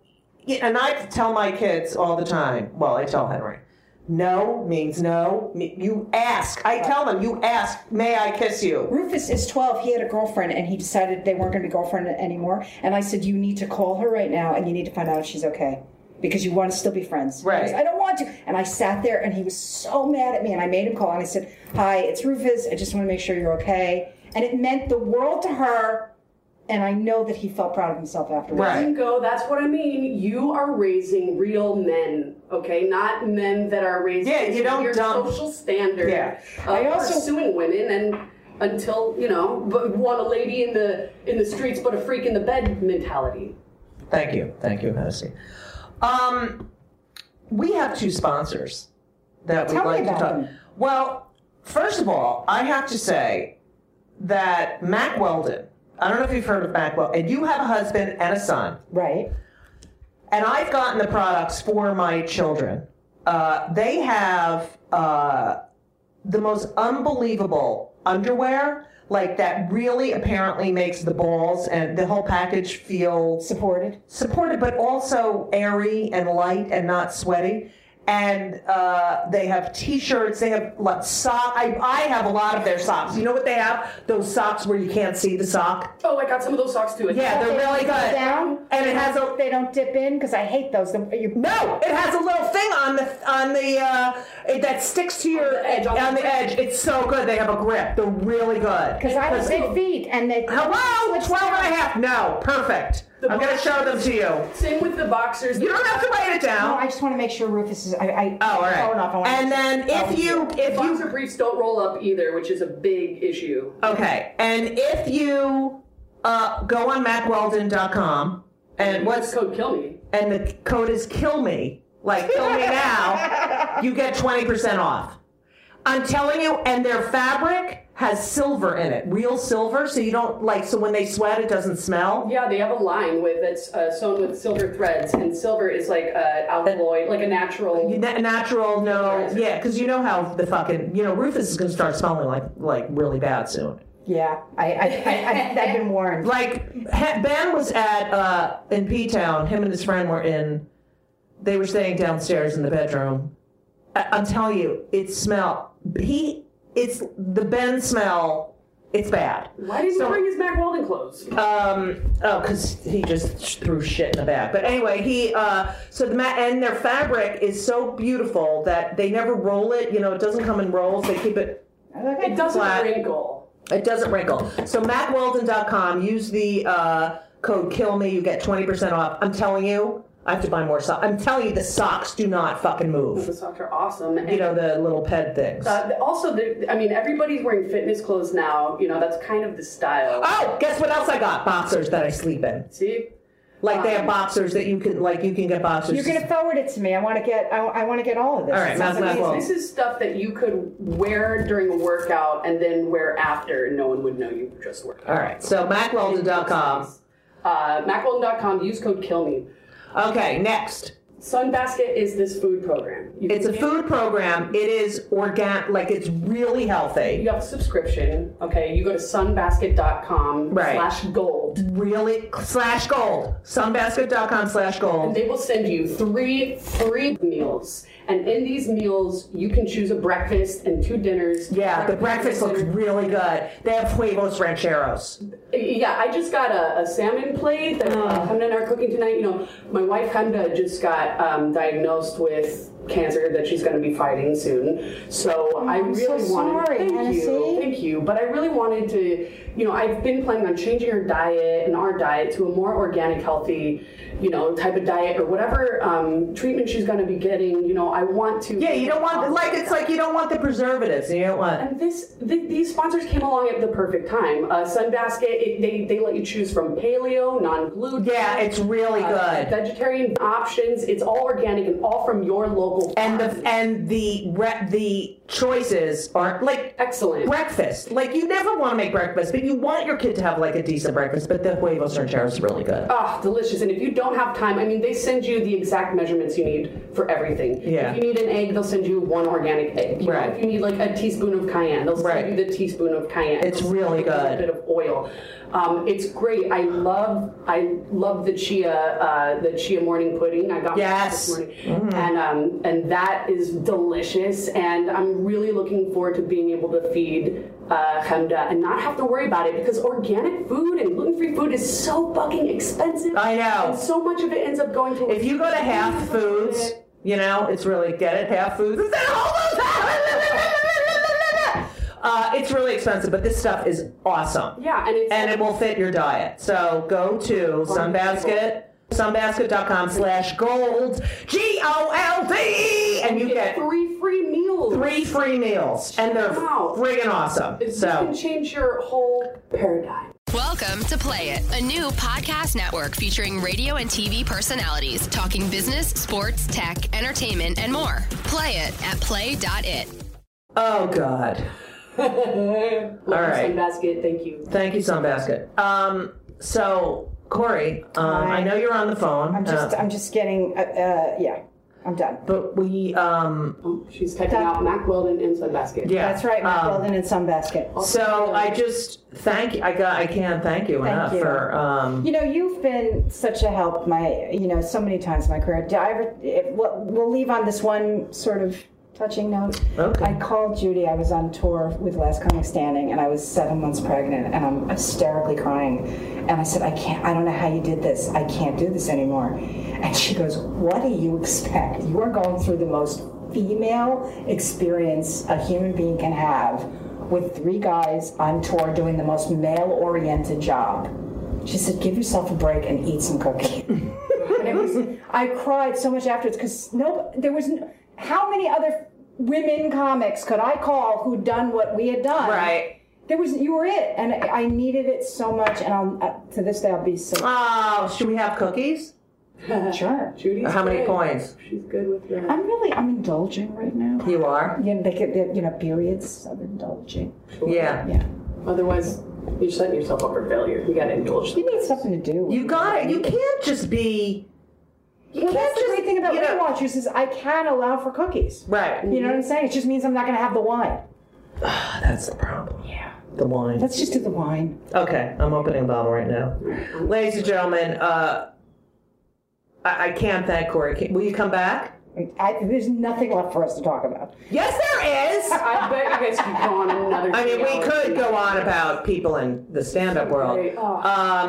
S3: yeah, And I tell my kids all the time. Well, I tell Henry, no means no. Me- You ask. I tell them, you ask. May I kiss you?
S2: Rufus is 12. He had a girlfriend and he decided they weren't going to be girlfriend anymore. And I said, You need to call her right now and you need to find out if she's okay because you want to still be friends. He
S3: Right.
S2: goes, I don't want to. And I sat there and he was so mad at me. And I made him call and I said, Hi, it's Rufus. I just want to make sure you're okay. And it meant the world to her. And I know that he felt proud of himself afterwards.
S3: Right.
S4: Bingo, that's what I mean. You are raising real men, okay? Not men that are raised
S3: Yeah, you don't
S4: your
S3: dump-
S4: social standard
S3: Yeah.
S4: of
S2: I also-
S4: pursuing women and until, you know, but want a lady in the in the streets but a freak in the bed mentality.
S3: Thank you. Thank you, Hennessy. Um, we have two sponsors that we'd
S2: Tell me
S3: like to
S2: about
S3: talk.
S2: them.
S3: Well, first of all, I have to say that Mac Weldon. I don't know if you've heard of Mac Weldon, and you have a husband and a son.
S2: Right.
S3: and I've gotten the products for my children. Uh, they have uh, the most unbelievable underwear, like that really apparently makes the balls and the whole package feel
S2: Supported.
S3: supported, but also airy and light and not sweaty. And uh, they have T-shirts. They have like, sock. I, I have a lot of their socks. You know what they have? Those socks where you can't see the sock.
S4: Oh, I got some of those socks too.
S3: Yeah, they're really good.
S2: Down.
S3: And it has a
S2: They don't dip in because I hate those. The- you-
S3: No, it has a little thing on the on the uh, it, that sticks to your
S4: the edge,
S3: on
S4: on
S3: the,
S4: the
S3: edge. It's so good. They have a grip. They're really good.
S2: Because I have big feet and they.
S3: Hello,
S2: Slips
S3: twelve and
S2: down.
S3: a half. No, perfect.
S4: The
S3: I'm gonna
S4: box-
S3: show them to you.
S4: Same with the boxers.
S3: You don't have to write it
S2: No,
S3: down.
S2: I just want to make sure Rufus is. I, I
S3: Oh, all right.
S2: phone off. I want
S3: and
S2: to,
S3: then if you if
S4: Boxer
S3: you
S4: briefs don't roll up either, which is a big issue.
S3: okay, and if you uh, go on MacWeldon.com and what's
S4: code kill me?
S3: and the code is kill me like kill me now you get 20% off i'm telling you and their fabric has silver in it real silver so you don't like so when they sweat it doesn't smell
S4: Yeah, they have a line with that's uh, sewn with silver threads, and silver is like a alkaloid, like a natural.
S3: You- na- natural no yeah because you know how the fucking you know rufus is going to start smelling like like really bad soon
S2: yeah, I, I, I, I, I've been warned.
S3: like he- ben was at uh in p-town him and his friend were in they were staying downstairs in the bedroom I- i'm telling you it smell he it's the ben smell it's bad
S4: Why didn't
S3: So-
S4: he bring his Mac Weldon clothes?
S3: um oh because he just sh- threw shit in the bag but anyway he uh so the mat and their fabric is so beautiful that they never roll it you know it doesn't come in rolls they keep it
S4: it doesn't
S3: flat.
S4: wrinkle.
S3: it doesn't wrinkle. So MacWeldon.com, use the uh, code kill me, you get 20% off. I'm telling you, I have to buy more socks. I'm telling you, the socks do not fucking
S4: The
S3: move.
S4: socks are awesome. And
S3: You know, the little ped things.
S4: uh, also, the, I mean, everybody's wearing fitness clothes
S3: Uh,
S4: now. You know, that's kind of the style.
S3: Oh, guess what else I got? Boxers that I sleep in.
S4: See?
S3: Like they have boxers that you can like you can get boxers.
S2: You're going to forward it to me. I want to get. I, I want to get all of this.
S3: All right,
S2: It
S3: Matt,
S2: sounds
S3: Matt,
S2: amazing.
S3: Well-
S4: This is stuff that you could wear during a workout and then wear after, and no one would know you just worked out.
S3: All right. So MacWeldon.com.
S4: Uh, MacWeldon.com, use code KILLME.
S3: Okay, next.
S4: Sunbasket is this food program. You
S3: It's a
S4: can-
S3: food program. It is organic, like it's really healthy.
S4: You have a subscription, okay? You go to sunbasket.com
S3: Right.
S4: slash gold.
S3: Really slash gold. Sunbasket.com slash gold.
S4: They will send you three free meals. And in these meals, you can choose a breakfast and two dinners.
S3: Yeah, the breakfast looks really good. They have huevos rancheros.
S4: Yeah, I just got a, a salmon plate that
S3: Ah.
S4: uh, Hamda and I are cooking tonight. You know, my wife Hamda just got um, diagnosed with cancer that she's going to be fighting soon. So
S3: Oh,
S4: I
S5: I'm
S4: really
S5: so
S4: wanted.
S5: sorry,
S4: thank
S5: Hennessy.
S4: you, thank you. But I really wanted to, you know, I've been planning on changing her diet and our diet to a more organic, healthy, you know, type of diet or whatever um, treatment she's going to be getting. You know, I want to.
S3: Yeah, you don't want like it's like you don't want the preservatives. You don't want.
S4: And this, th- these sponsors came along at the perfect time. Uh, Sunbasket, it, they they let you choose from paleo, non-gluten.
S3: Yeah, it's really
S4: uh,
S3: good.
S4: Vegetarian options. It's all organic and all from your local.
S3: And
S4: farm.
S3: the and the re- the choices are like
S4: excellent.
S3: breakfast. Like you never want to make breakfast, but you want your kid to have like a decent breakfast. But the huevos rancheros is really good.
S4: Ah, delicious. And if you don't have time, I mean, they send you the exact measurements you need for everything.
S3: Yeah.
S4: If you need an egg, they'll send you one organic egg. You know,
S3: Right.
S4: If you need like a teaspoon of cayenne, they'll send
S3: Right.
S4: you the teaspoon of cayenne.
S3: It's
S4: They'll send
S3: really
S4: you
S3: good.
S4: A bit of oil. Um, it's great. I love. I love the chia. Uh, the chia morning pudding. I got one
S3: Yes. Mm.
S4: this morning, and um, and that is delicious. And I'm really looking forward to being able to feed. Uh, Hamda and not have to worry about it because organic food and gluten-free food is so fucking expensive.
S3: I know.
S4: And so much of it ends up going to.
S3: If you go to Half Foods, you know it's really get it Half Foods. It's that whole food. Uh, it's really expensive, but this stuff is awesome.
S4: Yeah, and it's-
S3: and it will fit your diet. So go to Sunbasket, sunbasket.com slash gold, G O L D, and you get
S4: three free meals.
S3: three free meals, and they're
S4: Wow.
S3: friggin' awesome.
S4: It's- You
S3: So
S4: can change your whole paradigm.
S6: Welcome to Play It, a new podcast network featuring radio and TV personalities talking business, sports, tech, entertainment, and more. Play it at play.it.
S3: Oh God!
S4: All
S3: right.
S4: Basket, thank you.
S3: Thank you, Sunbasket. Um, so Corey, um, I know you're on the phone,
S2: I'm
S3: uh,
S2: just. I'm just getting. Uh, uh, yeah. I'm done.
S3: but we um,
S4: Oh, she's typing out Mac Weldon and Sunbasket.
S3: yeah,
S2: That's right. Matt Weldon and Sunbasket.
S3: So I just thank you. I got. I can't thank you enough
S2: you.
S3: for. Um,
S2: You know, you've been such a help. My, you know, so many times in my career. Did I ever? It, we'll, we'll leave on this one sort of touching note.
S3: Okay.
S2: I called Judy. I was on tour with Last Comic Standing, and I was seven months pregnant, and I'm hysterically crying. And I said, I can't. I don't know how you did this. I can't do this anymore. And she goes, What do you expect? You are going through the most female experience a human being can have with three guys on tour doing the most male-oriented job. She said, "Give yourself a break and eat some cookie." and it was, I cried so much afterwards because no, there was n how many other women comics could I call who'd done what we had done?
S3: Right.
S2: There was you were it, and I I needed it so much, and I'll, uh, to this day I'll be so
S3: oh, should we have cookies?
S2: sure.
S4: Judy's
S3: How many
S4: good.
S3: points?
S4: She's good with her.
S2: I'm really I'm indulging right now.
S3: You are.
S2: You know, they get, they- you know periods of indulging.
S3: Yeah.
S2: Yeah,
S4: Otherwise, you're setting yourself up for failure. You gotta indulge.
S2: you need something to do.
S3: You got it. You can't just be. You
S2: Well,
S3: can't
S2: that's the
S3: just-
S2: great thing about
S3: you
S2: Weight
S3: know-
S2: Watchers is I can allow for cookies.
S3: Right.
S2: You know what I'm saying? It just means I'm not going to have the wine.
S3: That's the problem. Yeah. The wine.
S2: Let's just do the wine.
S3: Okay, I'm opening a bottle right now. Ladies and gentlemen, uh, I, I can't thank Corey. Can- will you come back?
S2: I, there's nothing left for us to talk about.
S3: Yes, there is.
S4: I bet you guys could go on another.
S3: I mean,
S4: three
S3: we
S4: hours.
S3: could go on about people in the stand-up world,
S4: Right. Oh.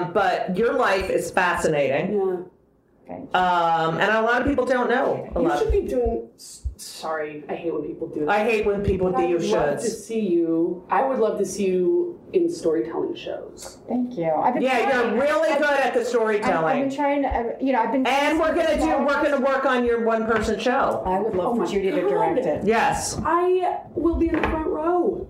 S3: um, but your life is fascinating,
S4: Yeah.
S3: um, and a lot of people don't know. A
S4: You
S3: lot.
S4: should be doing. s- Sorry, I hate when people do. that.
S3: I hate when people do
S4: I
S3: you
S4: would love to
S3: shoulds.
S4: see you. I would love to see you in storytelling shows.
S2: Thank you. I've been
S3: Yeah,
S2: trying.
S3: you're really good at the
S2: I've, I've
S3: storytelling,
S2: been trying to, I've- you know, I've been.
S3: and we're gonna do. We're gonna work on your one-person show.
S2: I would love
S4: Oh my
S2: for Judy to
S4: God.
S2: direct it.
S3: Yes,
S4: I will be in the front row.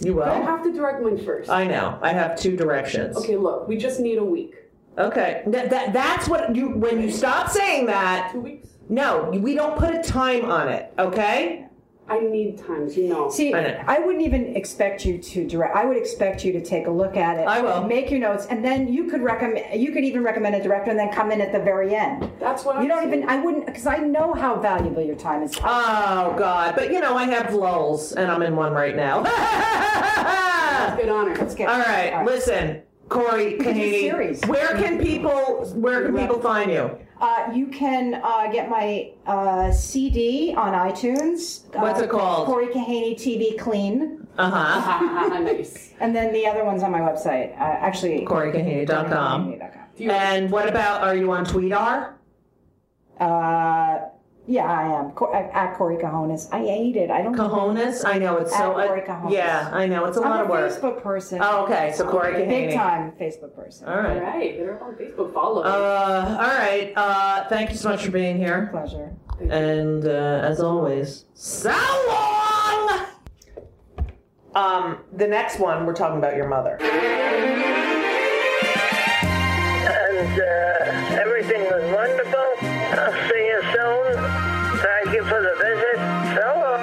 S3: you
S4: I
S3: will.
S4: have to direct mine first.
S3: I know. I have two directions.
S4: Okay, look, we just need a week.
S3: Okay. That, that that's what you when you stop saying that.
S4: Two weeks.
S3: No, we don't put a time on it. Okay.
S4: I need time. You know.
S2: See,
S3: I know.
S2: I wouldn't even expect you to direct. I would expect you to take a look at it.
S3: I will.
S2: make your notes, and then you could recommend. You could even recommend a director, and then come in at the very end.
S4: That's what
S2: you
S4: I'm
S2: don't even.
S4: saying.
S2: I wouldn't because I know how valuable your time is.
S3: Oh God. But you know I have lulls and I'm in one right now.
S4: good honor. Let's
S2: get-
S3: All right.
S2: All right.
S3: Listen, Corey,
S2: could do
S3: Katie,
S2: series.
S3: where can people where can people find you?
S2: Uh, you can uh, get my uh, CD on iTunes.
S3: What's
S2: uh,
S3: it called?
S2: Corey Kahaney TV Clean,
S3: Uh huh.
S4: nice.
S2: and then the other one's on my website. Uh, actually,
S3: CoreyKahaney.com. And what about are you on Tweetar?
S2: Uh, yeah, I am Cor- at- at Corey Cajones. I hate it. I don't.
S3: Cajonas? I know it's so. uh,
S2: At Corey Cajonas.
S3: yeah, I know it's a lot
S2: I'm
S3: of
S2: a
S3: work.
S2: Facebook person.
S3: Oh, okay, so Corey Kahaney.
S2: Big time Facebook person.
S3: All
S4: All
S3: right.
S4: right. They're on Facebook. Follow.
S3: Uh, all right. Uh, thank you so much for being here.
S2: Pleasure.
S3: And uh, as always, so long. Um, the next one we're talking about your mother.
S7: and uh, everything was wonderful. I'll see you soon. Thank you for the visit. So long.